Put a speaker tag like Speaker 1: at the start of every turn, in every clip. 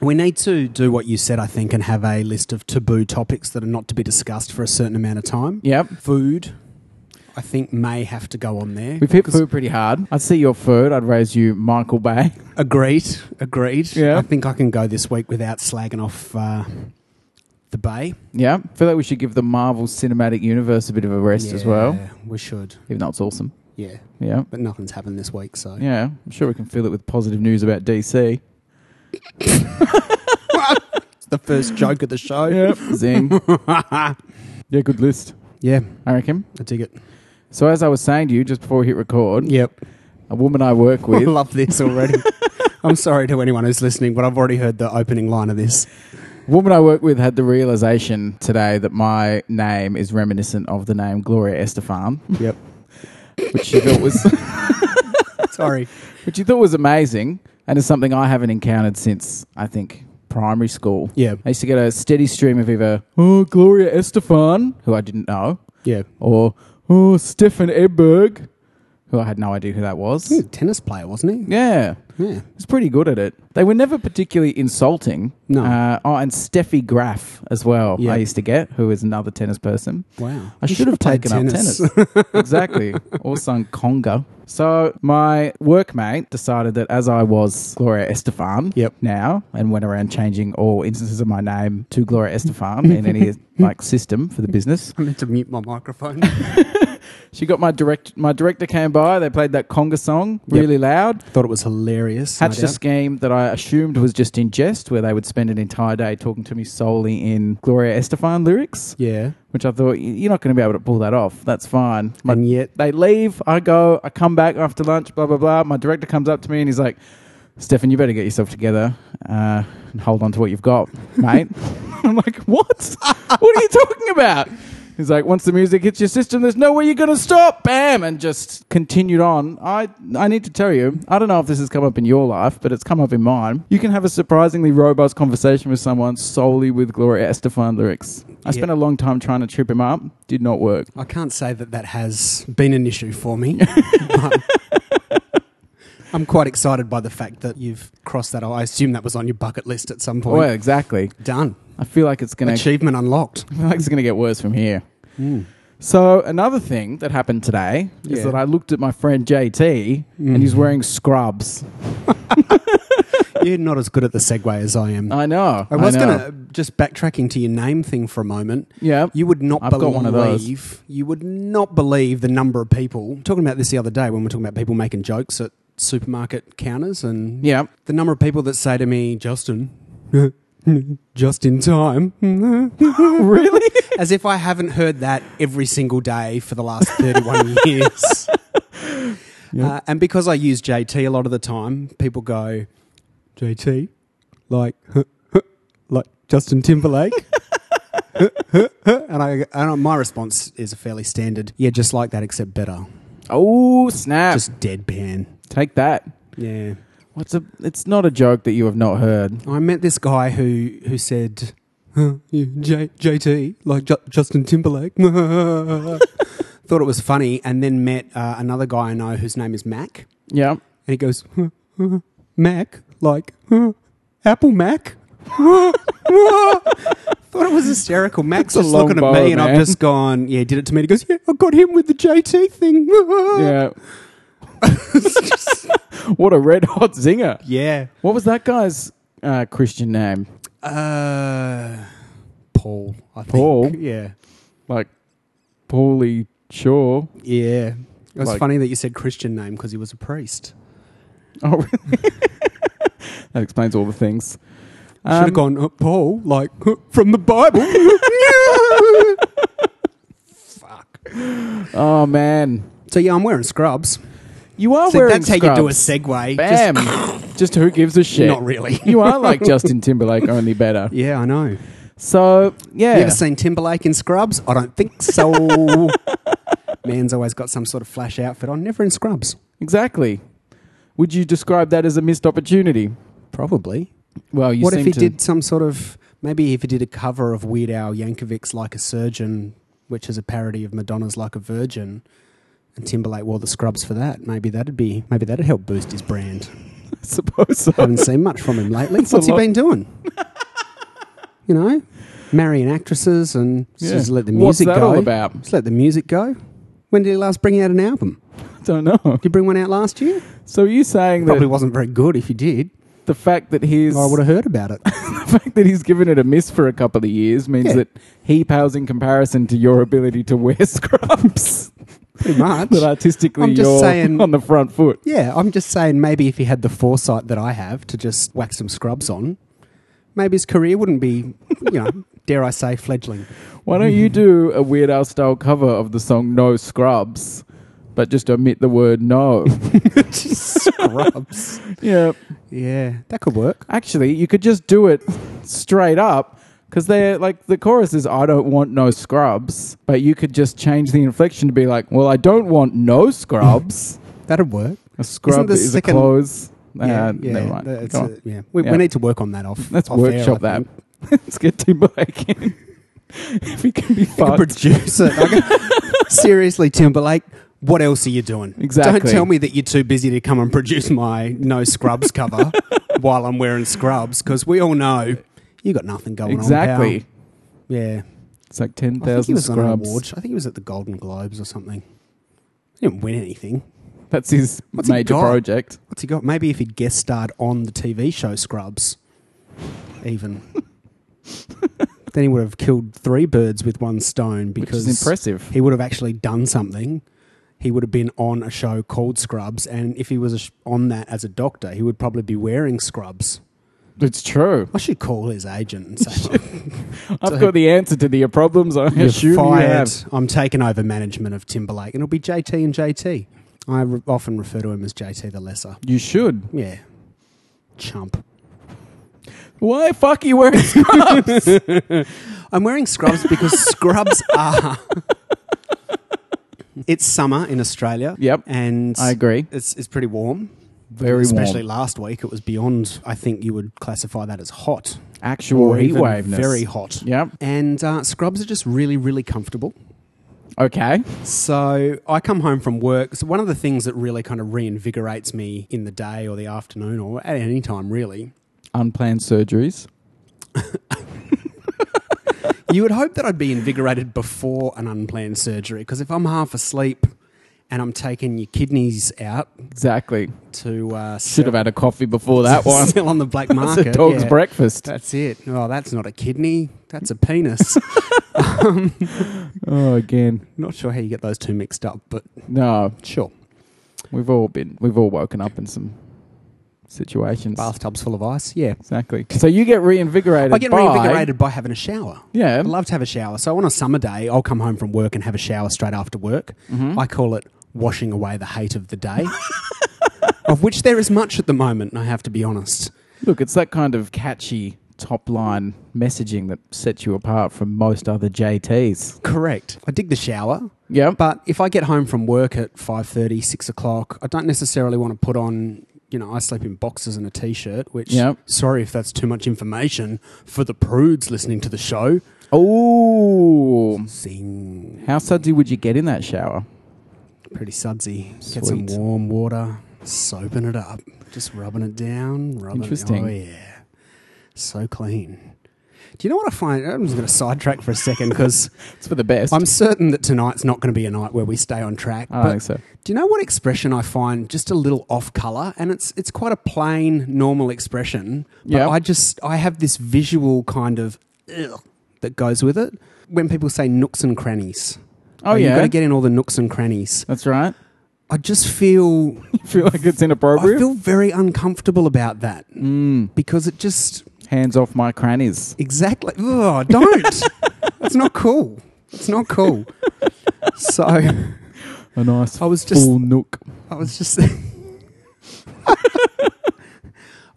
Speaker 1: We need to do what you said, I think, and have a list of taboo topics that are not to be discussed for a certain amount of time.
Speaker 2: Yep.
Speaker 1: Food, I think, may have to go on there.
Speaker 2: We've hit food pretty hard. I'd see your food. I'd raise you Michael Bay.
Speaker 1: Agreed. Agreed.
Speaker 2: Yeah.
Speaker 1: I think I can go this week without slagging off uh, the bay
Speaker 2: Yeah. I feel like we should give the Marvel Cinematic Universe a bit of a rest as well,
Speaker 1: Yeah, We should.
Speaker 2: even though it's awesome.
Speaker 1: Yeah.
Speaker 2: Yeah.
Speaker 1: But nothing's happened this week, so.
Speaker 2: Yeah. I'm sure we can fill it with positive news about DC.
Speaker 1: It's the first joke of the show.
Speaker 2: Zing. yeah, good list.
Speaker 1: Yeah,
Speaker 2: I reckon.
Speaker 1: I dig it.
Speaker 2: So, as I was saying to you just before we hit record,
Speaker 1: Yep.
Speaker 2: a woman I work
Speaker 1: We
Speaker 2: with,
Speaker 1: love this already. I'm sorry to anyone who's listening, but I've already heard the opening line of this.
Speaker 2: woman I work with had the realization today that my name is reminiscent of the name Gloria Estefan,
Speaker 1: Yep.
Speaker 2: which she thought was
Speaker 1: Sorry.
Speaker 2: which you thought was amazing and is something I haven't encountered since I think primary school.
Speaker 1: Yeah.
Speaker 2: I used to get a steady stream of either oh Gloria Estefan, who I didn't know,
Speaker 1: Yeah.
Speaker 2: or oh Stefan Edberg, who I had no idea who that was.
Speaker 1: He was a tennis player, wasn't he?
Speaker 2: Yeah.
Speaker 1: Yeah.
Speaker 2: He was pretty good at it. They were never particularly insulting.
Speaker 1: No.
Speaker 2: Uh, oh, and Steffi Graf as well.
Speaker 1: Yeah.
Speaker 2: I used to get, who is another tennis person.
Speaker 1: Wow.
Speaker 2: I
Speaker 1: You
Speaker 2: should have
Speaker 1: played
Speaker 2: taken up tennis. exactly. Or sung conga. So my workmate decided that as I was Gloria Estefan
Speaker 1: Yep.
Speaker 2: now and went around changing all instances of my name to Gloria Estefan in any like system for the business.
Speaker 1: I meant to mute my microphone.
Speaker 2: She got my direct my director came by, they played that conga song
Speaker 1: Yep.
Speaker 2: really loud.
Speaker 1: Thought it was hilarious. no
Speaker 2: Hatched a
Speaker 1: doubt.
Speaker 2: scheme that I assumed was just in jest, where they would spend an entire day talking to me solely in Gloria Estefan lyrics,
Speaker 1: yeah.
Speaker 2: which I thought, "Y- you're not going to be able to pull that off. That's fine. My
Speaker 1: And yet,
Speaker 2: they leave. I go. I come back after lunch. Blah blah blah. My director comes up to me and he's like, "Stefan, you better get yourself together uh, and hold on to what you've got, mate." I'm like, "What? what are you talking about?" He's like, "Once the music hits your system, there's no way you're gonna stop." Bam, and just continued on. I I need to tell you, I don't know if this has come up in your life, but it's come up in mine. You can have a surprisingly robust conversation with someone solely with Gloria Estefan lyrics. I
Speaker 1: Yeah.
Speaker 2: spent a long time trying to trip him up. Did not work.
Speaker 1: I can't say that that has been an issue for me. but I'm quite excited by the fact that you've crossed that. I assume that was on your bucket list at some point.
Speaker 2: Well, exactly.
Speaker 1: Done.
Speaker 2: I feel like it's gonna
Speaker 1: Achievement unlocked.
Speaker 2: I feel like it's gonna get worse from here. Hmm. So another thing that happened today is
Speaker 1: Yeah. Mm-hmm.
Speaker 2: that I looked at my friend JT and he's wearing scrubs.
Speaker 1: You're not as good at the segue as I am.
Speaker 2: Oh, I know.
Speaker 1: I was
Speaker 2: know.
Speaker 1: going to just backtracking to your name thing for a moment.
Speaker 2: Yeah.
Speaker 1: You would not
Speaker 2: I've
Speaker 1: believe
Speaker 2: got one of those.
Speaker 1: you would not believe the number of people talking about this the other day when we we're talking about people making jokes at supermarket counters and
Speaker 2: yeah.
Speaker 1: the number of people that say to me, Justin, just in time,
Speaker 2: really?
Speaker 1: as if I haven't heard that every single day for the last 31 years. Uh, and because I use JT a lot of the time, people go, JT, like, like Justin Timberlake. and I, and my response is a fairly standard, yeah, just like that, except better,
Speaker 2: Oh snap!
Speaker 1: just deadpan.
Speaker 2: Take that.
Speaker 1: Yeah.
Speaker 2: What's a? It's not a joke that you have not heard.
Speaker 1: I met this guy who who said, huh, yeah, J- "JT like Ju- Justin Timberlake." Thought it was funny, and then met uh, another guy I know whose name is Mac,
Speaker 2: Yeah.
Speaker 1: and he goes, huh, huh, "Mac like huh, Apple Mac." Thought it was hysterical. Mac's
Speaker 2: That's a
Speaker 1: just
Speaker 2: long
Speaker 1: looking at me,
Speaker 2: bow,
Speaker 1: and I've
Speaker 2: man.
Speaker 1: just gone, "Yeah, did it to me." And he goes, "Yeah, I got him with the JT thing."
Speaker 2: Yeah. what a red hot zinger!
Speaker 1: yeah.
Speaker 2: What was that guy's uh, Christian name?
Speaker 1: Uh, Paul, I think.
Speaker 2: Paul?
Speaker 1: Yeah.
Speaker 2: Like, Paulie Shaw.
Speaker 1: Yeah. It was
Speaker 2: Like-
Speaker 1: funny that you said Christian name because he was a priest.
Speaker 2: Oh, really? that explains all the things.
Speaker 1: I Should
Speaker 2: Um,
Speaker 1: have gone uh, Paul, like huh, from the Bible. Fuck.
Speaker 2: Oh man,
Speaker 1: So yeah, I'm wearing scrubs.
Speaker 2: you are
Speaker 1: So
Speaker 2: wearing
Speaker 1: that's how you do a
Speaker 2: scrubs.
Speaker 1: segue.
Speaker 2: Bam.
Speaker 1: Just-
Speaker 2: Just, who gives a shit?
Speaker 1: Not really.
Speaker 2: you are like Justin Timberlake, only better.
Speaker 1: yeah, I know.
Speaker 2: So yeah,
Speaker 1: You ever seen Timberlake in scrubs? I don't think so. Man's always got some sort of flash outfit on, never in scrubs.
Speaker 2: exactly. Would you describe that as a missed opportunity?
Speaker 1: Probably.
Speaker 2: Well, you
Speaker 1: what
Speaker 2: seem
Speaker 1: if he
Speaker 2: to,
Speaker 1: did some sort of maybe if he did a cover of Weird Al Yankovic's "Like a Surgeon," which is a parody of Madonna's "Like a Virgin," and Timberlake wore the scrubs for that. Maybe that'd be maybe that'd help boost his brand.
Speaker 2: I suppose so.
Speaker 1: Haven't seen much from him lately.
Speaker 2: a
Speaker 1: What's he
Speaker 2: lot.
Speaker 1: been doing? you know, marrying actresses and
Speaker 2: Yeah.
Speaker 1: just let the
Speaker 2: What's
Speaker 1: music
Speaker 2: that
Speaker 1: go.
Speaker 2: all about?
Speaker 1: Just let the music go. When did he last bring out an album?
Speaker 2: Don't know.
Speaker 1: Did you bring one out last year?
Speaker 2: So are you saying
Speaker 1: Probably
Speaker 2: that
Speaker 1: wasn't very good. If you did,
Speaker 2: the fact that he's
Speaker 1: I would have heard about it.
Speaker 2: the fact that he's given it a miss for a couple of years means
Speaker 1: Yeah.
Speaker 2: that he pales in comparison to your ability to wear scrubs?
Speaker 1: Pretty much.
Speaker 2: that artistically
Speaker 1: I'm just
Speaker 2: you're
Speaker 1: saying-
Speaker 2: on the front foot.
Speaker 1: yeah, I'm just saying maybe if he had the foresight that I have to just whack some scrubs on, maybe his career wouldn't be, you know, dare I say, fledgling.
Speaker 2: Why don't you do a Weird Al style cover of the song No Scrubs, but just omit the word no?
Speaker 1: Just scrubs.
Speaker 2: yeah.
Speaker 1: Yeah, that could work.
Speaker 2: Actually, you could just do it straight up because they're like the chorus is I don't want no scrubs, but you could just change the inflection to be like, well, I don't want no scrubs.
Speaker 1: That'd work.
Speaker 2: a scrub
Speaker 1: the
Speaker 2: is
Speaker 1: second-
Speaker 2: a clothes.
Speaker 1: yeah,
Speaker 2: uh,
Speaker 1: yeah,
Speaker 2: never mind.
Speaker 1: that's
Speaker 2: Go
Speaker 1: it,
Speaker 2: on.
Speaker 1: yeah. We,
Speaker 2: Yeah.
Speaker 1: we need to work on that off.
Speaker 2: Let's
Speaker 1: off air,
Speaker 2: workshop
Speaker 1: I
Speaker 2: that.
Speaker 1: think.
Speaker 2: Let's get Tim Blake in. if he can be
Speaker 1: We could
Speaker 2: fucked.
Speaker 1: produce it. Like, seriously, Timberlake, what else are you doing?
Speaker 2: Exactly.
Speaker 1: Don't tell me that you're too busy to come and produce my No Scrubs cover while I'm wearing scrubs because we all know you got nothing going on.
Speaker 2: Exactly.
Speaker 1: pal. Yeah.
Speaker 2: It's like
Speaker 1: I think he
Speaker 2: 10,000
Speaker 1: was on an award.
Speaker 2: scrubs.
Speaker 1: show. I think he was at the Golden Globes or something. He didn't win anything.
Speaker 2: That's his
Speaker 1: What's he
Speaker 2: major
Speaker 1: got?
Speaker 2: project.
Speaker 1: What's he got? Maybe if he'd guest starred on the TV show Scrubs, even. then he would have killed three birds with one stone because
Speaker 2: which is impressive.
Speaker 1: he would have actually done something. He would have been on a show called Scrubs, and if he was a sh- on that as a doctor, he would probably be wearing scrubs.
Speaker 2: It's true.
Speaker 1: I should call his agent and say, "Look,
Speaker 2: I've got the answer to the problems. I
Speaker 1: "You're
Speaker 2: assume you
Speaker 1: fired.
Speaker 2: have.
Speaker 1: I'm taking over management of Timberlake, and it'll be JT and JT." I re- often refer to him as JT the Lesser.
Speaker 2: You should.
Speaker 1: Yeah, chump.
Speaker 2: Why fuck are you wearing scrubs?
Speaker 1: I'm wearing scrubs because scrubs are. it's summer in Australia.
Speaker 2: Yep.
Speaker 1: And
Speaker 2: I agree.
Speaker 1: it's, it's pretty warm.
Speaker 2: Very
Speaker 1: Especially
Speaker 2: warm.
Speaker 1: last week, it was beyond, I think you would classify that as hot.
Speaker 2: Actual heat
Speaker 1: even
Speaker 2: waveness.
Speaker 1: Very hot.
Speaker 2: Yep.
Speaker 1: And uh, scrubs are just really, really comfortable.
Speaker 2: Okay.
Speaker 1: So I come home from work. So one of the things that really kind of reinvigorates me in the day or the afternoon or at any time really,
Speaker 2: Unplanned surgeries.
Speaker 1: you would hope that I'd be invigorated before an unplanned surgery because if I'm half asleep and I'm taking your kidneys out
Speaker 2: Exactly.
Speaker 1: to uh,
Speaker 2: Should have had a coffee before that one.
Speaker 1: sell on the black
Speaker 2: That's
Speaker 1: market,
Speaker 2: a dog's
Speaker 1: yeah.
Speaker 2: breakfast.
Speaker 1: That's it. Oh, that's not a kidney. That's a penis.
Speaker 2: Oh, again.
Speaker 1: not sure how you get those two mixed up, but
Speaker 2: No,
Speaker 1: sure.
Speaker 2: we've all been, we've all woken up in some situations.
Speaker 1: Bathtubs full of ice. Yeah.
Speaker 2: Exactly. So you get reinvigorated.
Speaker 1: I get
Speaker 2: by-
Speaker 1: reinvigorated by having a shower.
Speaker 2: Yeah.
Speaker 1: I love to have a shower. So on a summer day, I'll come home from work and have a shower straight after work. I call it washing away the hate of the day, of which there is much at the moment, I have to be honest.
Speaker 2: Look, it's that kind of catchy top line messaging that sets you apart from most other JTs.
Speaker 1: Correct. I dig the shower.
Speaker 2: Yeah.
Speaker 1: But if I get home from work at 5.30, 6 o'clock, I don't necessarily want to put on, you know, I sleep in boxes and a T-shirt, which,
Speaker 2: Yep.
Speaker 1: sorry if that's too much information for the prudes listening to the show.
Speaker 2: Oh.
Speaker 1: Sing.
Speaker 2: How sudsy would you get in that shower?
Speaker 1: Pretty sudsy. Get some
Speaker 2: Sweet.
Speaker 1: warm water, soaping it up, just rubbing it down, rubbing it.
Speaker 2: Interesting.
Speaker 1: Oh, yeah. So clean. Do you know what I find? I'm just going to sidetrack for a second because
Speaker 2: It's for the best.
Speaker 1: I'm certain that tonight's not going to be a night where we stay on track.
Speaker 2: I
Speaker 1: but
Speaker 2: don't think so.
Speaker 1: Do you know what expression I find just a little off color? And it's it's quite a plain, normal expression. But
Speaker 2: Yeah.
Speaker 1: I just I have this visual kind of ugh that goes with it when people say nooks and crannies.
Speaker 2: Oh,
Speaker 1: you've got
Speaker 2: yeah.
Speaker 1: to get in all the nooks and crannies.
Speaker 2: That's right.
Speaker 1: I just feel
Speaker 2: You feel like it's
Speaker 1: I
Speaker 2: inappropriate?
Speaker 1: feel very uncomfortable about that
Speaker 2: mm,
Speaker 1: because it just
Speaker 2: hands off my crannies.
Speaker 1: exactly. Ugh, don't. That's not cool. It's not cool. So I
Speaker 2: A nice
Speaker 1: was just
Speaker 2: full nook.
Speaker 1: was just.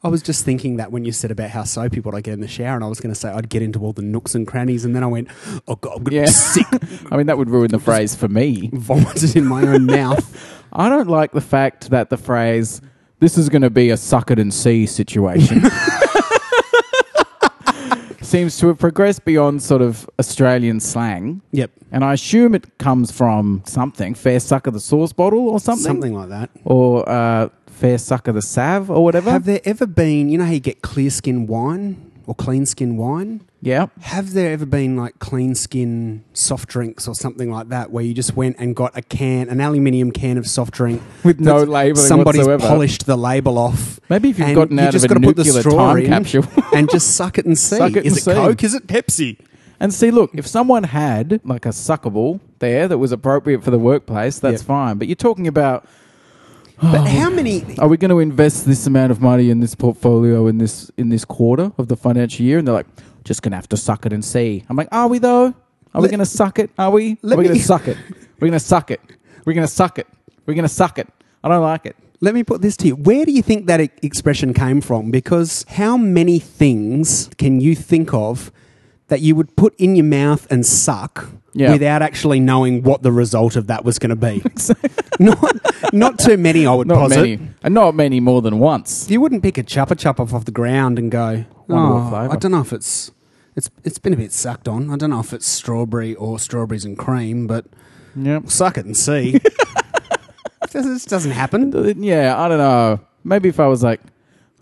Speaker 1: I was just thinking that when you said about how soapy what I get in the shower, and I was going to say I'd get into all the nooks and crannies, and then I went, "Oh God, I'm going to
Speaker 2: Yeah.
Speaker 1: be sick,"
Speaker 2: I mean, that would ruin the phrase for me.
Speaker 1: vomited in my own mouth.
Speaker 2: I don't like the fact that the phrase, this is going to be a suck it and see situation, seems to have progressed beyond sort of Australian slang.
Speaker 1: Yep,
Speaker 2: And I assume it comes from something, fair suck of the sauce bottle or something.
Speaker 1: something like that.
Speaker 2: Or uh, Fair Sucker the Sav or whatever.
Speaker 1: Have there ever been, you know how you get clear skin wine or clean skin wine?
Speaker 2: yeah.
Speaker 1: Have there ever been like clean skin soft drinks or something like that where you just went and got a can, an aluminium can of soft drink?
Speaker 2: With no
Speaker 1: that's-
Speaker 2: labeling
Speaker 1: Somebody's
Speaker 2: whatsoever.
Speaker 1: polished the label off.
Speaker 2: Maybe if you've
Speaker 1: and
Speaker 2: gotten
Speaker 1: you
Speaker 2: out
Speaker 1: just
Speaker 2: of a
Speaker 1: gotta put the
Speaker 2: nuclear
Speaker 1: straw
Speaker 2: time
Speaker 1: in.
Speaker 2: capsule.
Speaker 1: and just suck it and see.
Speaker 2: Suck it
Speaker 1: Is
Speaker 2: and
Speaker 1: it
Speaker 2: see.
Speaker 1: Coke? Is it Pepsi?
Speaker 2: And see, look, if someone had like a suckable there that was appropriate for the workplace, that's
Speaker 1: Yeah.
Speaker 2: fine. But you're talking about
Speaker 1: But how many?
Speaker 2: are we going to invest this amount of money in this portfolio in this in this quarter of the financial year? And they're like, just going to have to suck it and see. I'm like, are we though? Are we
Speaker 1: Let-
Speaker 2: going to suck it? Are we? We're
Speaker 1: Let
Speaker 2: going to
Speaker 1: me-
Speaker 2: suck it. We're going to suck it. We're going to suck it. We're going to suck it. I don't like it.
Speaker 1: Let me put this to you. Where do you think that e- expression came from? Because how many things can you think of that you would put in your mouth and suck
Speaker 2: Yeah.
Speaker 1: without actually knowing what the result of that was going to be? not, not too many, I would
Speaker 2: Not
Speaker 1: posit.
Speaker 2: many, and not many more than once.
Speaker 1: You wouldn't pick a chopper chopper off the ground and go,
Speaker 2: Wonder what
Speaker 1: "Oh,
Speaker 2: flavour."
Speaker 1: I don't know if it's, it's, it's been a bit sucked on. I don't know if it's strawberry or strawberries and cream, but
Speaker 2: Yep.
Speaker 1: suck it and see. this doesn't happen.
Speaker 2: Yeah, I don't know. Maybe if I was like,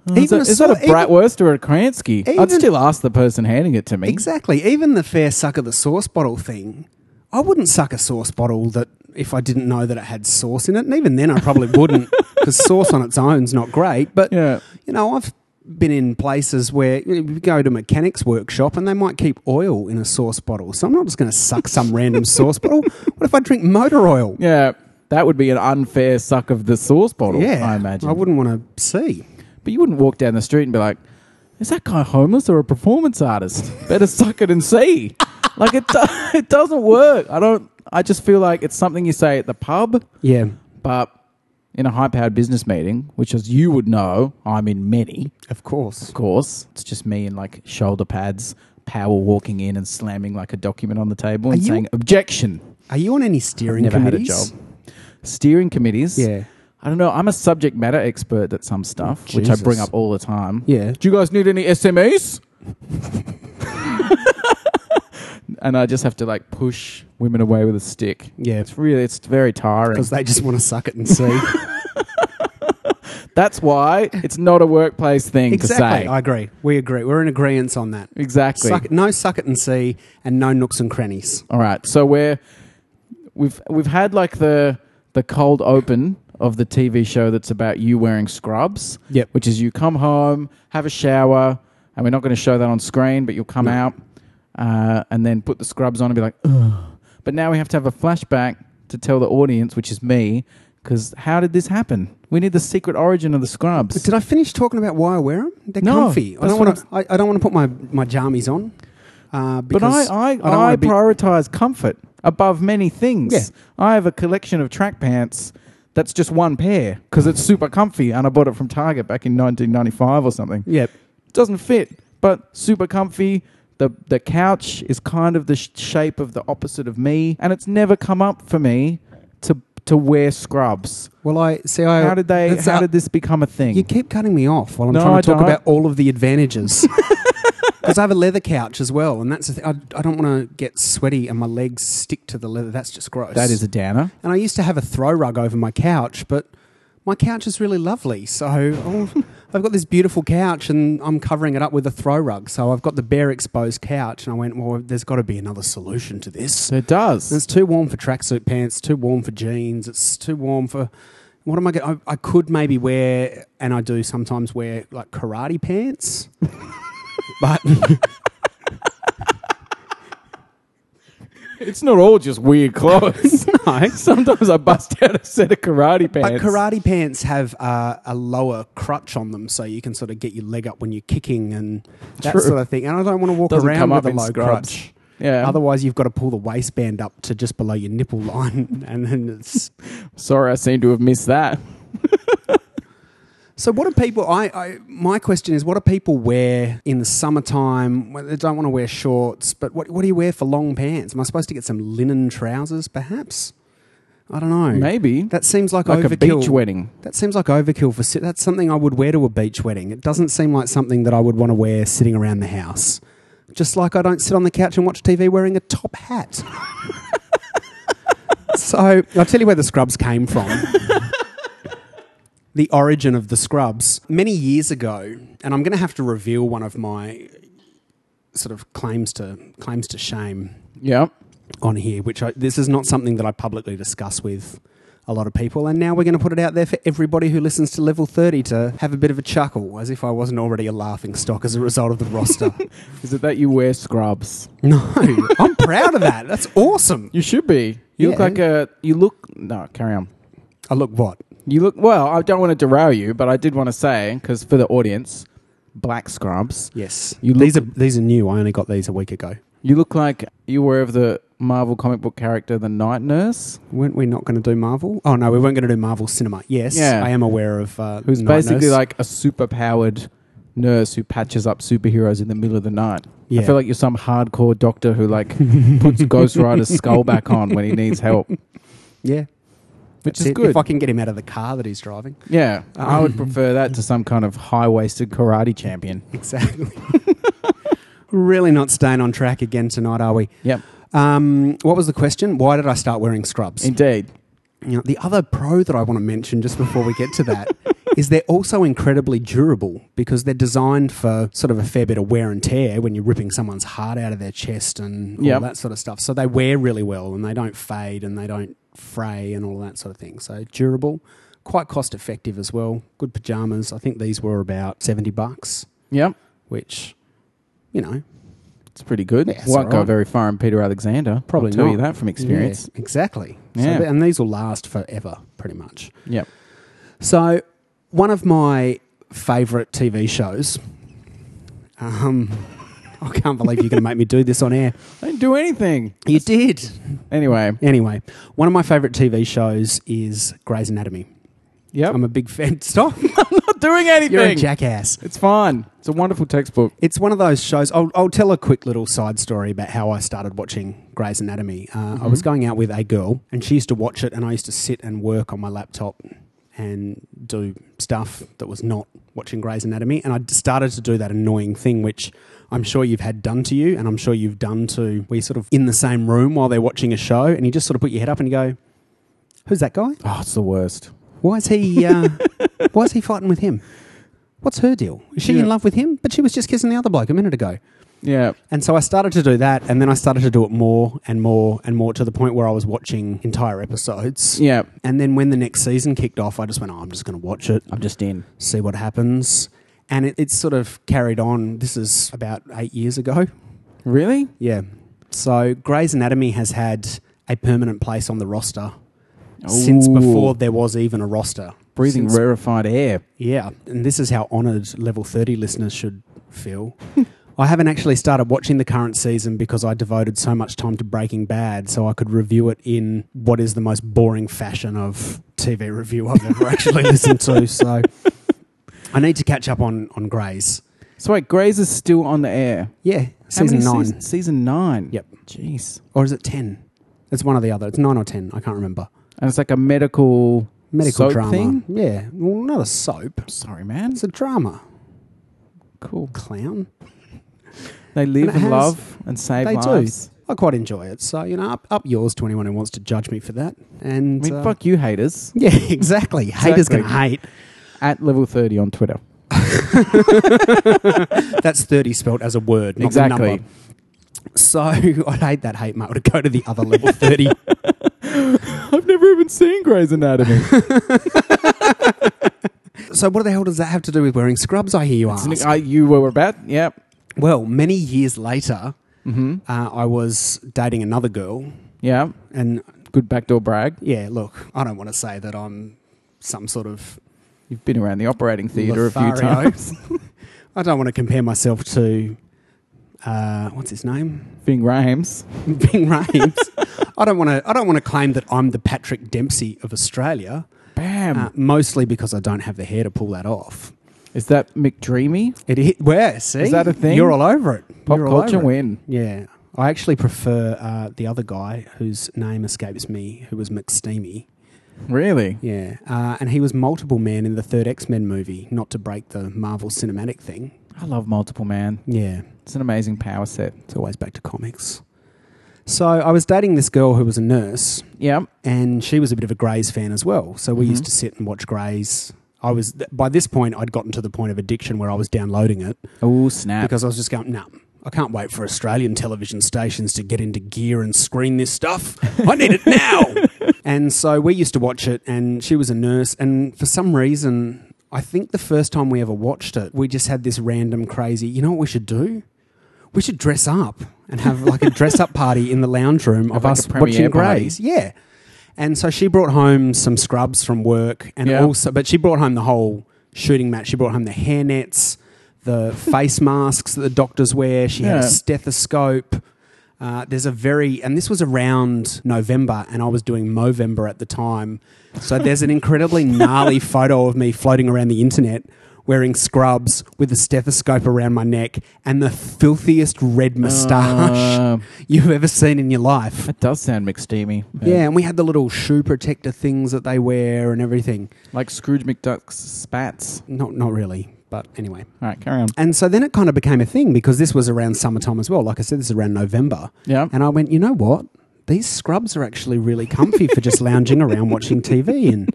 Speaker 2: oh, is,
Speaker 1: Even
Speaker 2: that,
Speaker 1: a
Speaker 2: is that a
Speaker 1: sli- even-
Speaker 2: bratwurst or a Kransky? I'd
Speaker 1: Even-
Speaker 2: still ask the person handing it to me.
Speaker 1: Exactly. Even the fair sucker the sauce bottle thing, I wouldn't suck a sauce bottle that if I didn't know that it had sauce in it. And even then, I probably wouldn't because sauce on its own's not great. But
Speaker 2: Yeah.
Speaker 1: you know, I've been in places where you, know, you go to a mechanics workshop and they might keep oil in a sauce bottle. So I'm not just going to suck some random sauce bottle. What if I drink motor oil?
Speaker 2: Yeah, that would be an unfair suck of the sauce bottle,
Speaker 1: Yeah,
Speaker 2: I imagine.
Speaker 1: I wouldn't want to see.
Speaker 2: But you wouldn't walk down the street and be like, is that guy homeless or a performance artist? Better suck it and see. like, it, do- it doesn't work. I don't, I just feel like it's something you say at the pub,
Speaker 1: Yeah.
Speaker 2: but in a high powered business meeting, which as you would know, I'm in many.
Speaker 1: Of course.
Speaker 2: of course. It's just me in like shoulder pads, power walking in and slamming like a document on the table and
Speaker 1: Are you-
Speaker 2: saying, Objection.
Speaker 1: Are you on any steering
Speaker 2: Never had a
Speaker 1: committees?
Speaker 2: job. Steering committees.
Speaker 1: Yeah. Oh,
Speaker 2: I don't know. I'm a subject matter expert at some stuff, which I
Speaker 1: Jesus.
Speaker 2: bring up all the time.
Speaker 1: Yeah.
Speaker 2: Do you guys need any SMEs? and I just have to like push women away with a stick.
Speaker 1: Yeah.
Speaker 2: It's really, it's very tiring.
Speaker 1: Because they just want to suck it and see.
Speaker 2: That's why it's not a workplace thing to
Speaker 1: Exactly.
Speaker 2: say.
Speaker 1: I agree. We agree. We're in agreement on that.
Speaker 2: exactly.
Speaker 1: Suck, no suck it and see, and no nooks and crannies.
Speaker 2: All right. So we're we've we've had like the the cold open of the TV show that's about you wearing scrubs.
Speaker 1: Yep.
Speaker 2: Which is you come home, have a shower, and we're not going to show that on screen, but you'll come out uh, and then put the scrubs on and be like, Ugh. but now we have to have a flashback to tell the audience, which is me, because how did this happen? We need the secret origin of the scrubs.
Speaker 1: Did I finish talking about why I wear them? They're
Speaker 2: No,
Speaker 1: comfy. I
Speaker 2: that's
Speaker 1: don't
Speaker 2: what
Speaker 1: want to. I, I don't want to put my my jammies on. Uh,
Speaker 2: But I,
Speaker 1: because
Speaker 2: I,
Speaker 1: don't
Speaker 2: I,
Speaker 1: wanna be-
Speaker 2: prioritize comfort above many things.
Speaker 1: Yeah.
Speaker 2: I have a collection of track pants that's just one pair because it's super comfy and I bought it from Target back in 1995 or something.
Speaker 1: Yep.
Speaker 2: It doesn't fit, but super comfy. The, the couch is kind of the sh- shape of the opposite of me, and it's never come up for me to to wear scrubs.
Speaker 1: Well, I see. I
Speaker 2: How did they?
Speaker 1: that's
Speaker 2: Uh, How
Speaker 1: a-
Speaker 2: did this become a thing?
Speaker 1: You keep cutting me off while I'm
Speaker 2: No, I
Speaker 1: trying to talk
Speaker 2: don't.
Speaker 1: about all of the advantages. Because I have a leather couch as well, and that's the thing. I, I don't want to get sweaty and my legs stick to the leather. That's just gross.
Speaker 2: that is a downer.
Speaker 1: And I used to have a throw rug over my couch, but my couch is really lovely. So oh, I've got this beautiful couch and I'm covering it up with a throw rug. So I've got the bare exposed couch. And I went, well, there's got to be another solution to this.
Speaker 2: It does.
Speaker 1: And it's too warm for tracksuit pants, too warm for jeans, it's too warm for. What am I going I, I could maybe wear, and I do sometimes wear like karate pants, but
Speaker 2: It's not all just weird clothes. Sometimes I bust out a set of karate
Speaker 1: But
Speaker 2: pants.
Speaker 1: karate pants have uh, a lower crutch on them, so you can sort of get your leg up when you're kicking and that
Speaker 2: True.
Speaker 1: sort of thing. And I don't want to walk
Speaker 2: Doesn't
Speaker 1: around
Speaker 2: come
Speaker 1: with
Speaker 2: up
Speaker 1: a
Speaker 2: in
Speaker 1: low
Speaker 2: scrubs.
Speaker 1: crutch.
Speaker 2: Yeah.
Speaker 1: Otherwise, you've got to pull the waistband up to just below your nipple line, and then it's.
Speaker 2: Sorry, I seem to have missed that.
Speaker 1: So, what do people? I, I my question is, what do people wear in the summertime? Well, they don't want to wear shorts, but what what do you wear for long pants? Am I supposed to get some linen trousers, perhaps? I don't know.
Speaker 2: Maybe
Speaker 1: That seems like,
Speaker 2: like a
Speaker 1: overkill.
Speaker 2: beach wedding.
Speaker 1: That seems like overkill for sit. That's something I would wear to a beach wedding. It doesn't seem like something that I would want to wear sitting around the house. Just like I don't sit on the couch and watch TV wearing a top hat. so I'll tell you where the scrubs came from. the origin of the Scrubs. Many years ago, and I'm going to have to reveal one of my sort of claims to claims to shame
Speaker 2: Yeah.
Speaker 1: on here, which I, this is not something that I publicly discuss with a lot of people. And now we're going to put it out there for everybody who listens to Level 30 to have a bit of a chuckle, as if I wasn't already a laughing stock as a result of the roster.
Speaker 2: Is it that you wear scrubs?
Speaker 1: no, I'm proud of that. That's awesome.
Speaker 2: You should be. You look
Speaker 1: Yeah.
Speaker 2: like a. You look. No, carry on.
Speaker 1: I Oh, look what?
Speaker 2: You look. Well, I don't want to derail you, but I did want to say, because for the audience, black scrubs,
Speaker 1: Yes.
Speaker 2: You
Speaker 1: these are these are new. I only got these a week ago.
Speaker 2: you look like you were of the Marvel comic book character, the Night Nurse,
Speaker 1: Weren't we not going to do Marvel? Oh no, we weren't going to do Marvel Cinema. Yes,
Speaker 2: Yeah.
Speaker 1: I am aware of uh,
Speaker 2: who's
Speaker 1: Night
Speaker 2: basically
Speaker 1: Nurse.
Speaker 2: like a super powered nurse who patches up superheroes in the middle of the night.
Speaker 1: Yeah.
Speaker 2: I feel like you're some hardcore doctor who like puts Ghost Rider's skull back on when he needs help, which
Speaker 1: yeah,
Speaker 2: is
Speaker 1: That's it.
Speaker 2: good.
Speaker 1: If I can get him out of the car that he's driving,
Speaker 2: Yeah, I would prefer that to some kind of high waisted karate champion.
Speaker 1: exactly. really not staying on track again tonight, are we?
Speaker 2: Yep,
Speaker 1: Um, what was the question? Why did I start wearing scrubs?
Speaker 2: indeed.
Speaker 1: You know, the other pro that I want to mention just before we get to that is they're also incredibly durable because they're designed for sort of a fair bit of wear and tear when you're ripping someone's heart out of their chest and all
Speaker 2: Yep.
Speaker 1: that sort of stuff. So they wear really well and they don't fade and they don't fray and all that sort of thing. So durable, quite cost effective as well. Good pajamas. I think these were about 70 bucks,
Speaker 2: Yep,
Speaker 1: which, you know,
Speaker 2: it's pretty good.
Speaker 1: Yeah, it's
Speaker 2: Won't go
Speaker 1: alright.
Speaker 2: very far in Peter Alexander.
Speaker 1: Probably
Speaker 2: I'll tell you
Speaker 1: not.
Speaker 2: that from experience.
Speaker 1: yeah, exactly.
Speaker 2: Yeah.
Speaker 1: So, th- and these will last forever, pretty much.
Speaker 2: Yep.
Speaker 1: So, one of my favourite TV shows. Um, I can't believe you're going to make me do this on air.
Speaker 2: I didn't do anything.
Speaker 1: You did.
Speaker 2: Anyway,
Speaker 1: Anyway, one of my favourite TV shows is Grey's Anatomy.
Speaker 2: yep.
Speaker 1: I'm a big fan. Stop.
Speaker 2: not doing anything.
Speaker 1: You're a jackass.
Speaker 2: It's fine. It's a wonderful textbook.
Speaker 1: It's one of those shows. I'll, I'll tell a quick little side story about how I started watching Grey's Anatomy. Uh, I was going out with a girl, and she used to watch it, and I used to sit and work on my laptop and do stuff that was not watching Grey's Anatomy. And I started to do that annoying thing, which I'm sure you've had done to you, and I'm sure you've done to we sort of in the same room while they're watching a show, and you just sort of put your head up and you go, "Who's that guy?
Speaker 2: Oh, it's the worst.
Speaker 1: Why is he? Uh, why is he fighting with him?" What's her deal? Is she
Speaker 2: Yeah.
Speaker 1: in love with him? But she was just kissing the other bloke a minute ago.
Speaker 2: Yeah.
Speaker 1: And so I started to do that, and then I started to do it more and more and more to the point where I was watching entire episodes.
Speaker 2: Yeah.
Speaker 1: And then when the next season kicked off, I just went, oh, I'm just going to watch it,
Speaker 2: I'm just in.
Speaker 1: see what happens. And it, it's sort of carried on. This is about eight years ago.
Speaker 2: Really?
Speaker 1: Yeah. So Grey's Anatomy has had a permanent place on the roster since
Speaker 2: Ooh.
Speaker 1: before there was even a roster.
Speaker 2: Breathing
Speaker 1: Since-
Speaker 2: rarefied air.
Speaker 1: yeah, and this is how honoured level 30 listeners should feel. I haven't actually started watching the current season because I devoted so much time to Breaking Bad, so I could review it in what is the most boring fashion of TV review I've ever actually listened to. So I need to catch up on, on Grey's.
Speaker 2: So wait, Grays is still on the air.
Speaker 1: Yeah,
Speaker 2: How many
Speaker 1: season nine.
Speaker 2: Season, season nine.
Speaker 1: Yep.
Speaker 2: Jeez.
Speaker 1: Or is it 10? It's one or the other. It's nine or 10. I can't remember.
Speaker 2: And it's like a medical
Speaker 1: Medical
Speaker 2: soap
Speaker 1: drama.
Speaker 2: thing.
Speaker 1: Yeah, well, not a soap.
Speaker 2: Sorry, man.
Speaker 1: It's a drama.
Speaker 2: Cool.
Speaker 1: Clown.
Speaker 2: They live
Speaker 1: it
Speaker 2: and,
Speaker 1: has-
Speaker 2: love and save
Speaker 1: They
Speaker 2: lives.
Speaker 1: do. I quite enjoy it. So, you know, up, up yours to anyone who wants to judge me for that. And
Speaker 2: I mean,
Speaker 1: uh,
Speaker 2: fuck you, haters.
Speaker 1: Yeah, exactly. Haters
Speaker 2: Exactly.
Speaker 1: going to hate.
Speaker 2: At level 30 on Twitter.
Speaker 1: That's 30 spelt as a word, not the
Speaker 2: Exactly.
Speaker 1: number. So I'd hate that hate mail to go to the other level 30.
Speaker 2: I've never even seen Grey's Anatomy.
Speaker 1: so what the hell does that have to do with wearing scrubs, I hear you ask?
Speaker 2: I, uh, you were about, yeah.
Speaker 1: well, many years later,
Speaker 2: Mm-hmm.
Speaker 1: uh, I was dating another girl.
Speaker 2: Yeah.
Speaker 1: And
Speaker 2: Good backdoor brag.
Speaker 1: yeah, look, I don't want to say that I'm some sort of
Speaker 2: You've been around the operating theatre a few
Speaker 1: Lothario.
Speaker 2: times.
Speaker 1: I don't want to compare myself to uh, what's his name?
Speaker 2: Bing Rames.
Speaker 1: Bing Rames. I don't want to. I don't want to claim that I'm the Patrick Dempsey of Australia.
Speaker 2: Bam.
Speaker 1: Uh, mostly because I don't have the hair to pull that off.
Speaker 2: Is that McDreamy?
Speaker 1: It is. Where? see,
Speaker 2: Is that a thing?
Speaker 1: You're all over it.
Speaker 2: Pop
Speaker 1: You're all
Speaker 2: culture
Speaker 1: over it.
Speaker 2: win.
Speaker 1: Yeah, I actually prefer uh, the other guy whose name escapes me, who was McSteamy.
Speaker 2: Really?
Speaker 1: Yeah, uh, and he was multiple man in the third X Men movie. Not to break the Marvel cinematic thing.
Speaker 2: I love Multiple Man.
Speaker 1: Yeah,
Speaker 2: It's an amazing power set.
Speaker 1: it's always back to comics. So I was dating this girl who was a nurse.
Speaker 2: Yep.
Speaker 1: and she was a bit of a Greys fan as well. So we
Speaker 2: Mhm.
Speaker 1: used to sit and watch Greys I was by this point I'd gotten to the point of addiction where I was downloading it
Speaker 2: Oh snap!
Speaker 1: because I was just going, no, I can't wait for Australian television stations to get into gear and screen this stuff. I need it now. and so we used to watch it, and she was a nurse. And for some reason, I think the first time we ever watched it, we just had this random crazy, you know what we should do? We should dress up and have like a dress up party in the lounge room of
Speaker 2: like, a
Speaker 1: us
Speaker 2: premiere
Speaker 1: watching
Speaker 2: party.
Speaker 1: Grays. Yeah. And so she brought home some scrubs from work and
Speaker 2: Yeah.
Speaker 1: also but she brought home the whole shooting match. She brought home the hair nets, the face masks that the doctors wear. She had
Speaker 2: Yeah.
Speaker 1: a stethoscope. Uh, there's a very and this was around November and I was doing Movember at the time. So there's an incredibly gnarly photo of me floating around the internet wearing scrubs with a stethoscope around my neck and the filthiest red moustache
Speaker 2: Uh,
Speaker 1: you've ever seen in your life.
Speaker 2: that does sound McSteamy.
Speaker 1: Yeah, and we had the little shoe protector things that they wear and everything.
Speaker 2: like Scrooge McDuck's spats.
Speaker 1: Not not really, but anyway.
Speaker 2: All right, carry on.
Speaker 1: And so then it kind of became a thing because this was around summertime as well. Like I said, this is around November.
Speaker 2: Yeah.
Speaker 1: And I went, you know what? These scrubs are actually really comfy for just lounging around watching TV and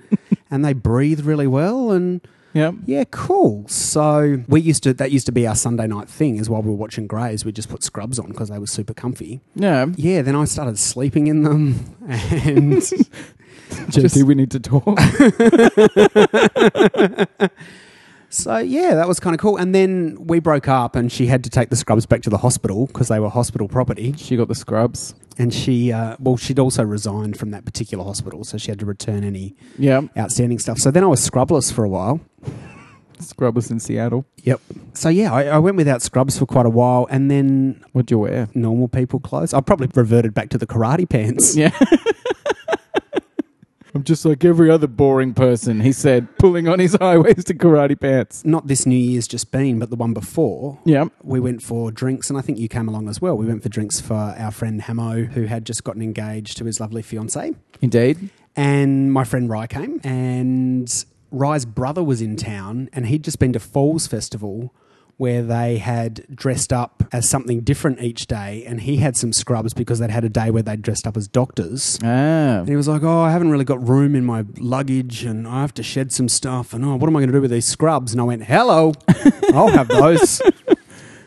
Speaker 1: and they breathe really well and
Speaker 2: Yeah.
Speaker 1: yeah, cool. So we used to that used to be our Sunday night thing is while we were watching Greys, we just put scrubs on because they were super comfy.
Speaker 2: Yeah.
Speaker 1: Yeah, then I started sleeping in them and
Speaker 2: JT, we need to talk.
Speaker 1: So yeah, that was kind of cool. And then we broke up, and she had to take the scrubs back to the hospital because they were hospital property.
Speaker 2: she got the scrubs.
Speaker 1: And she, uh, well, she'd also resigned from that particular hospital, so she had to return any
Speaker 2: Yeah.
Speaker 1: outstanding stuff. So then I was scrubless for a while.
Speaker 2: Scrubbers in Seattle.
Speaker 1: Yep. So yeah, I, I went without scrubs for quite a while, and then
Speaker 2: What'd you wear?
Speaker 1: normal people clothes. I probably reverted back to the karate pants.
Speaker 2: Yeah. I'm just like every other boring person, he said, pulling on his high waisted karate pants.
Speaker 1: Not this New Year's just been, but the one before.
Speaker 2: Yeah.
Speaker 1: we went for drinks, and I think you came along as well. We went for drinks for our friend Hamo, who had just gotten engaged to his lovely fiancee.
Speaker 2: Indeed.
Speaker 1: And my friend Rye came, and Rye's brother was in town, and he'd just been to Falls Festival where they had dressed up as something different each day. And he had some scrubs because they'd had a day where they'd dressed up as doctors.
Speaker 2: Ah.
Speaker 1: And he was like, Oh, I haven't really got room in my luggage, and I have to shed some stuff. And oh, what am I going to do with these scrubs? And I went, Hello, I'll have those.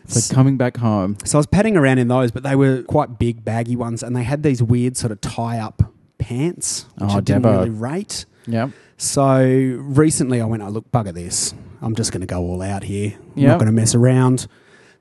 Speaker 2: So coming back home.
Speaker 1: So I was padding around in those, but they were quite big, baggy ones, and they had these weird sort of tie up pants, which
Speaker 2: Oh,
Speaker 1: I didn't
Speaker 2: Devo.
Speaker 1: really rate.
Speaker 2: Yeah.
Speaker 1: So recently I went, oh, look, bugger this. I'm just going to go all out here. I'm
Speaker 2: Yeah.
Speaker 1: not going to mess around.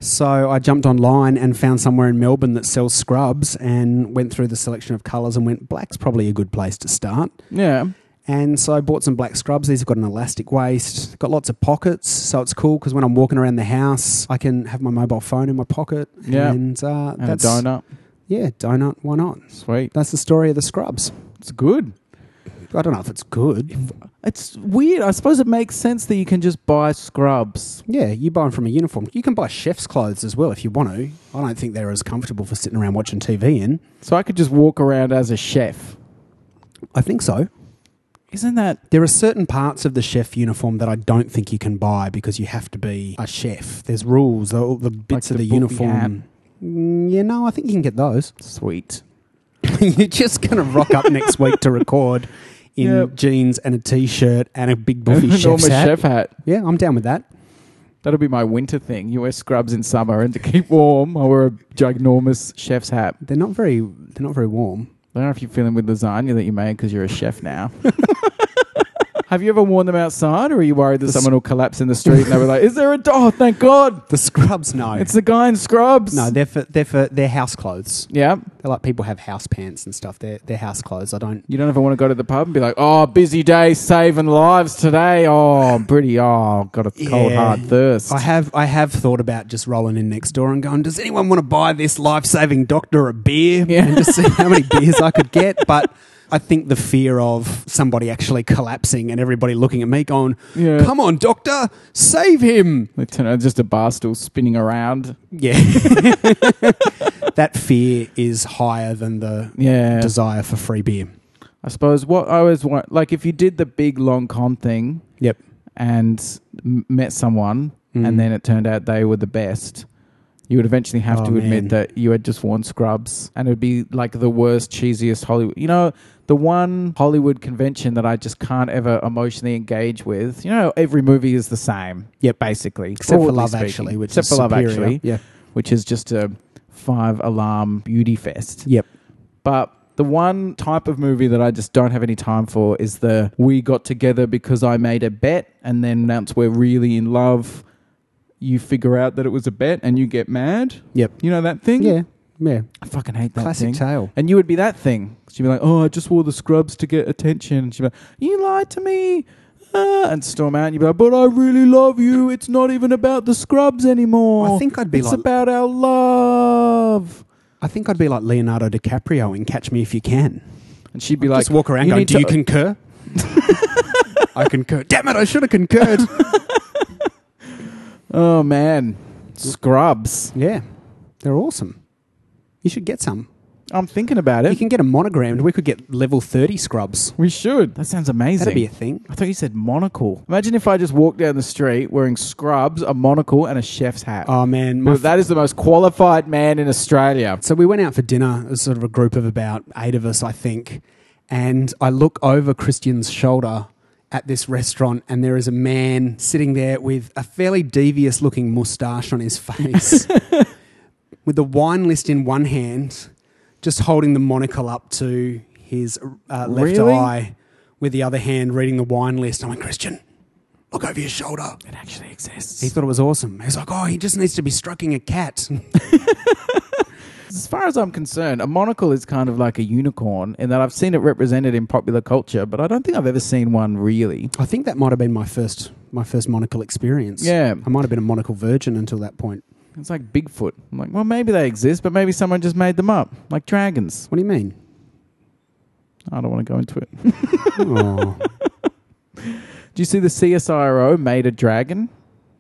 Speaker 1: So I jumped online and found somewhere in Melbourne that sells scrubs and went through the selection of colours and went, black's probably a good place to start.
Speaker 2: Yeah.
Speaker 1: And so I bought some black scrubs. These have got an elastic waist, got lots of pockets. So it's cool because when I'm walking around the house, I can have my mobile phone in my pocket.
Speaker 2: Yeah.
Speaker 1: And, uh,
Speaker 2: And
Speaker 1: that's,
Speaker 2: a donut.
Speaker 1: Yeah, donut. Why not?
Speaker 2: Sweet.
Speaker 1: That's the story of the scrubs.
Speaker 2: It's good.
Speaker 1: I don't know if it's good.
Speaker 2: It's weird. I suppose it makes sense that you can just buy scrubs.
Speaker 1: Yeah, you buy them from a uniform. You can buy chef's clothes as well if you want to. I don't think they're as comfortable for sitting around watching TV in.
Speaker 2: So I could just walk around as a chef.
Speaker 1: I think so.
Speaker 2: Isn't that
Speaker 1: There are certain parts of the chef uniform that I don't think you can buy because you have to be a chef. There's rules. All the bits
Speaker 2: Like
Speaker 1: of the,
Speaker 2: the booty
Speaker 1: uniform. Mm, Yeah, no, I think you can get those.
Speaker 2: sweet?
Speaker 1: You're just going to rock up next week to record in
Speaker 2: Yep.
Speaker 1: jeans and a t-shirt and a big
Speaker 2: An
Speaker 1: buffy chef's
Speaker 2: enormous
Speaker 1: hat.
Speaker 2: chef hat.
Speaker 1: Yeah, I'm down with that.
Speaker 2: That'll be my winter thing. You wear scrubs in summer, and to keep warm, I wear a ginormous chef's hat.
Speaker 1: They're not very they're not very warm.
Speaker 2: I don't know if you're feeling with lasagna that you made because you're a chef now. Have you ever worn them outside, or are you worried that
Speaker 1: The s-
Speaker 2: someone will collapse in the street and they'll be like, "Is there a door? Oh, thank God,
Speaker 1: The scrubs, no.
Speaker 2: it's the guy in scrubs."
Speaker 1: no, they're for they're for they're house clothes.
Speaker 2: yeah.
Speaker 1: They're like people have house pants and stuff. They're they're house clothes. I don't
Speaker 2: You don't ever want to go to the pub and be like, "Oh, busy day, saving lives today. Oh, I'm pretty. Oh, got a cold
Speaker 1: Yeah.
Speaker 2: hard thirst."
Speaker 1: I have I have thought about just rolling in next door and going, Does anyone want to buy this life saving doctor a beer?
Speaker 2: Yeah.
Speaker 1: And just see how many beers I could get. But I think the fear of somebody actually collapsing and everybody looking at me going,
Speaker 2: Yeah.
Speaker 1: Come on, doctor, save him.
Speaker 2: They turn out just a bar stool spinning around.
Speaker 1: Yeah. that fear is higher than the
Speaker 2: Yeah.
Speaker 1: desire for free beer.
Speaker 2: I suppose what I always want, like if you did the big long con thing
Speaker 1: Yep.
Speaker 2: and m- met someone
Speaker 1: Mm.
Speaker 2: and then it turned out they were the best, you would eventually have
Speaker 1: Oh,
Speaker 2: to admit
Speaker 1: man.
Speaker 2: that you had just worn scrubs and it would be like the worst, cheesiest Hollywood. You know, the one Hollywood convention that I just can't ever emotionally engage with. You know, every movie is the same. Yeah, basically.
Speaker 1: Except for
Speaker 2: broadly
Speaker 1: Love
Speaker 2: speaking.
Speaker 1: Actually, which
Speaker 2: Except
Speaker 1: is
Speaker 2: for Love
Speaker 1: superior.
Speaker 2: Actually,
Speaker 1: Yeah.
Speaker 2: which is just a five alarm beauty fest.
Speaker 1: Yep.
Speaker 2: But the one type of movie that I just don't have any time for is the we got together because I made a bet and then announce we're really in love. You figure out that it was a bet and you get mad.
Speaker 1: Yep.
Speaker 2: You know that thing?
Speaker 1: Yeah. Yeah.
Speaker 2: I fucking hate that
Speaker 1: Classic
Speaker 2: thing.
Speaker 1: tale.
Speaker 2: and you would be that thing. She'd be like, "Oh, I just wore the scrubs to get attention." And she'd be like, "You lied to me," uh, and storm out. And you'd be like, "But I really love you. It's not even about the scrubs anymore.
Speaker 1: I think I'd be
Speaker 2: it's
Speaker 1: like-
Speaker 2: about our love."
Speaker 1: I think I'd be like Leonardo DiCaprio in Catch Me If You Can.
Speaker 2: And she'd be
Speaker 1: Like,
Speaker 2: like,
Speaker 1: Just walk around
Speaker 2: "You
Speaker 1: going,
Speaker 2: need
Speaker 1: Do
Speaker 2: to-
Speaker 1: you concur? I concur. Damn it, I should have concurred.
Speaker 2: Oh man, scrubs.
Speaker 1: yeah. They're awesome. You should get some.
Speaker 2: I'm thinking about
Speaker 1: You
Speaker 2: it.
Speaker 1: can get them monogrammed. We could get level 30 scrubs.
Speaker 2: we should. That sounds amazing.
Speaker 1: That'd be a thing.
Speaker 2: I thought you said monocle. Imagine if I just walked down the street wearing scrubs, a monocle, and a chef's hat.
Speaker 1: Oh, man. my
Speaker 2: Well, that is the most qualified man in Australia.
Speaker 1: So we went out for dinner, as sort of a group of about eight of us, I think. And I look over Christian's shoulder at this restaurant, and there is a man sitting there with a fairly devious looking moustache on his face, with the wine list in one hand, just holding the monocle up to his uh, left
Speaker 2: Really?
Speaker 1: eye, with the other hand reading the wine list. I went, Christian, look over your shoulder.
Speaker 2: It actually exists.
Speaker 1: He thought it was awesome. He was like, oh, he just needs to be stroking a cat.
Speaker 2: As far as I'm concerned, a monocle is kind of like a unicorn in that I've seen it represented in popular culture, but I don't think I've ever seen one really.
Speaker 1: I think that might have been my first my first monocle experience.
Speaker 2: Yeah.
Speaker 1: I might have been a monocle virgin until that point.
Speaker 2: It's like Bigfoot. I'm like, well, maybe they exist, but maybe someone just made them up, like dragons.
Speaker 1: What do you mean?
Speaker 2: I don't want to go into it.
Speaker 1: oh,
Speaker 2: Do you see the CSIRO made a dragon?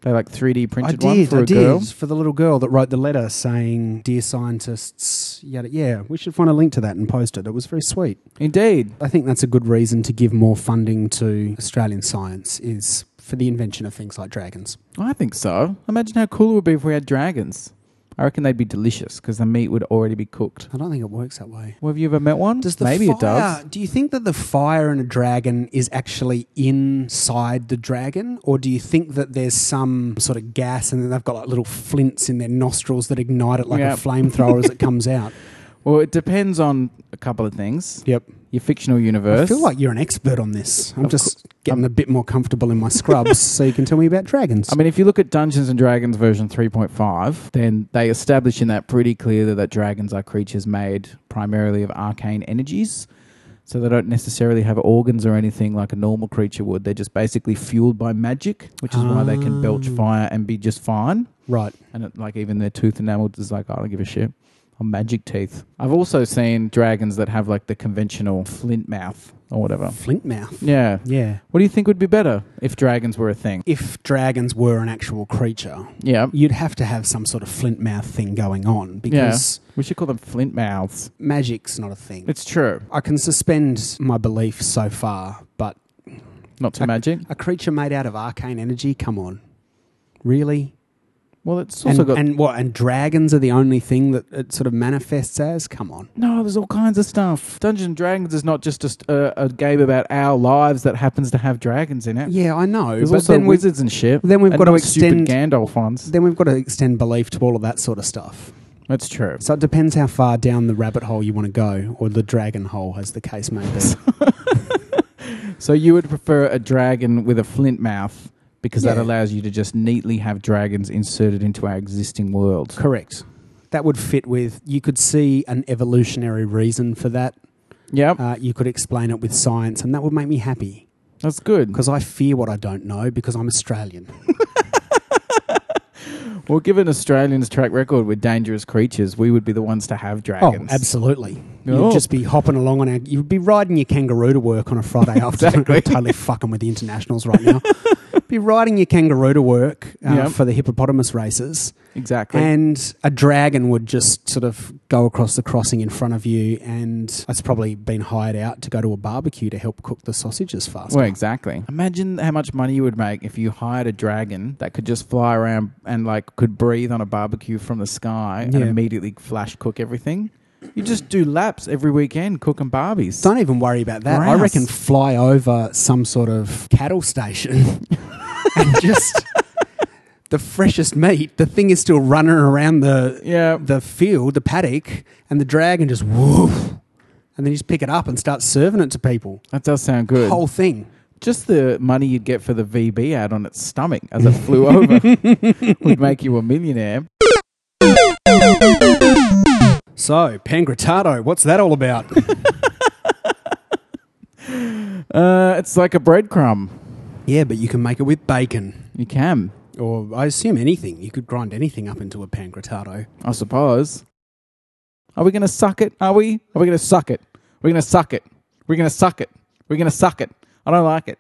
Speaker 2: They like 3D
Speaker 1: I
Speaker 2: printed one
Speaker 1: did.
Speaker 2: for a
Speaker 1: I did
Speaker 2: girl.
Speaker 1: for the little girl that wrote the letter saying, "Dear scientists, yada yeah." We should find a link to that and post it. It was very sweet.
Speaker 2: Indeed.
Speaker 1: I think that's a good reason to give more funding to Australian science is for the invention of things like dragons.
Speaker 2: I think so. Imagine how cool it would be if we had dragons. I reckon they'd be delicious because the meat would already be cooked.
Speaker 1: I don't think it works that way.
Speaker 2: Well, have you ever met one?
Speaker 1: Does the
Speaker 2: Maybe
Speaker 1: fire,
Speaker 2: it does.
Speaker 1: Do you think that the fire in a dragon is actually inside the dragon, or do you think that there's some sort of gas and then they've got like little flints in their nostrils that ignite it like
Speaker 2: Yeah.
Speaker 1: a flamethrower as it comes out?
Speaker 2: Well, it depends on a couple of things.
Speaker 1: Yep.
Speaker 2: Your fictional universe.
Speaker 1: I feel like you're an expert on this. I'm
Speaker 2: Of um,
Speaker 1: just getting a bit more comfortable in my scrubs, so you can tell me about dragons.
Speaker 2: I mean, if you look at Dungeons and Dragons version 3.5, then they establish in that pretty clearly that dragons are creatures made primarily of arcane energies. So they don't necessarily have organs or anything like a normal creature would. They're just basically fueled by magic, which is why they can belch
Speaker 1: Ah.
Speaker 2: fire and be just fine.
Speaker 1: right.
Speaker 2: And it, like even their tooth enamel is like, I don't give a shit. I'm magic teeth. I've also seen dragons that have like the conventional flint mouth or whatever.
Speaker 1: Flint mouth.
Speaker 2: Yeah.
Speaker 1: Yeah.
Speaker 2: What do you think would be better if dragons were a thing?
Speaker 1: If dragons were an actual creature,
Speaker 2: Yeah.
Speaker 1: you'd have to have some sort of flint mouth thing going on because
Speaker 2: We should call them flint mouths.
Speaker 1: magic's not a thing.
Speaker 2: It's true.
Speaker 1: I can suspend my belief so far, but
Speaker 2: Not to
Speaker 1: I-
Speaker 2: magic.
Speaker 1: a creature made out of arcane energy, come on. Really?
Speaker 2: Well, it's also
Speaker 1: And,
Speaker 2: got.
Speaker 1: and what? And dragons are the only thing that it sort of manifests as? Come on.
Speaker 2: no, there's all kinds of stuff. Dungeons and Dragons is not just a, st- a, a game about our lives that happens to have dragons in it.
Speaker 1: Yeah, I know.
Speaker 2: there's
Speaker 1: but
Speaker 2: also
Speaker 1: then, we,
Speaker 2: wizards and shit.
Speaker 1: then we've
Speaker 2: and
Speaker 1: got to
Speaker 2: not stupid
Speaker 1: extend.
Speaker 2: Gandalf ones.
Speaker 1: Then we've got to extend belief to all of that sort of stuff.
Speaker 2: That's true.
Speaker 1: So it depends how far down the rabbit hole you want to go, or the dragon hole, as the case may be.
Speaker 2: So you would prefer a dragon with a flint mouth because that
Speaker 1: Yeah.
Speaker 2: allows you to just neatly have dragons inserted into our existing world.
Speaker 1: Correct. That would fit with. You could see an evolutionary reason for that.
Speaker 2: Yep,
Speaker 1: Uh, you could explain it with science, and that would make me happy.
Speaker 2: that's good.
Speaker 1: because I fear what I don't know because I'm Australian.
Speaker 2: Well, given Australians' track record with dangerous creatures, we would be the ones to have dragons.
Speaker 1: Oh, absolutely.
Speaker 2: Oh.
Speaker 1: You'd just be hopping along on our, you'd be riding your kangaroo to work on a Friday afternoon. I'm totally fucking with the internationals right now. be riding your kangaroo to work uh,
Speaker 2: Yep.
Speaker 1: for the hippopotamus races,
Speaker 2: Exactly.
Speaker 1: and a dragon would just sort of go across the crossing in front of you. And it's probably been hired out to go to a barbecue to help cook the sausages faster.
Speaker 2: well, exactly. Imagine how much money you would make if you hired a dragon that could just fly around and like could breathe on a barbecue from the sky and
Speaker 1: Yeah.
Speaker 2: immediately flash cook everything. You just do laps every weekend cooking barbies.
Speaker 1: Don't even worry about that. I
Speaker 2: Grouse.
Speaker 1: reckon fly over some sort of cattle station and just the freshest meat. The thing is still running around the
Speaker 2: Yeah.
Speaker 1: the field, the paddock, and the dragon just woof, and then you just pick it up and start serving it to people.
Speaker 2: That does sound good.
Speaker 1: Whole thing.
Speaker 2: Just the money you'd get for the VB ad on its stomach as it flew over would make you a millionaire.
Speaker 1: So, pangratado, what's that all about?
Speaker 2: Uh, it's like a breadcrumb.
Speaker 1: yeah, but you can make it with bacon,
Speaker 2: You can,
Speaker 1: or I assume anything. You could grind anything up into a pangratado.
Speaker 2: I suppose. Are we going to suck it? Are we? Are we going to suck it? We're going to suck it. We're going to suck it. We're going to suck it. I don't like it.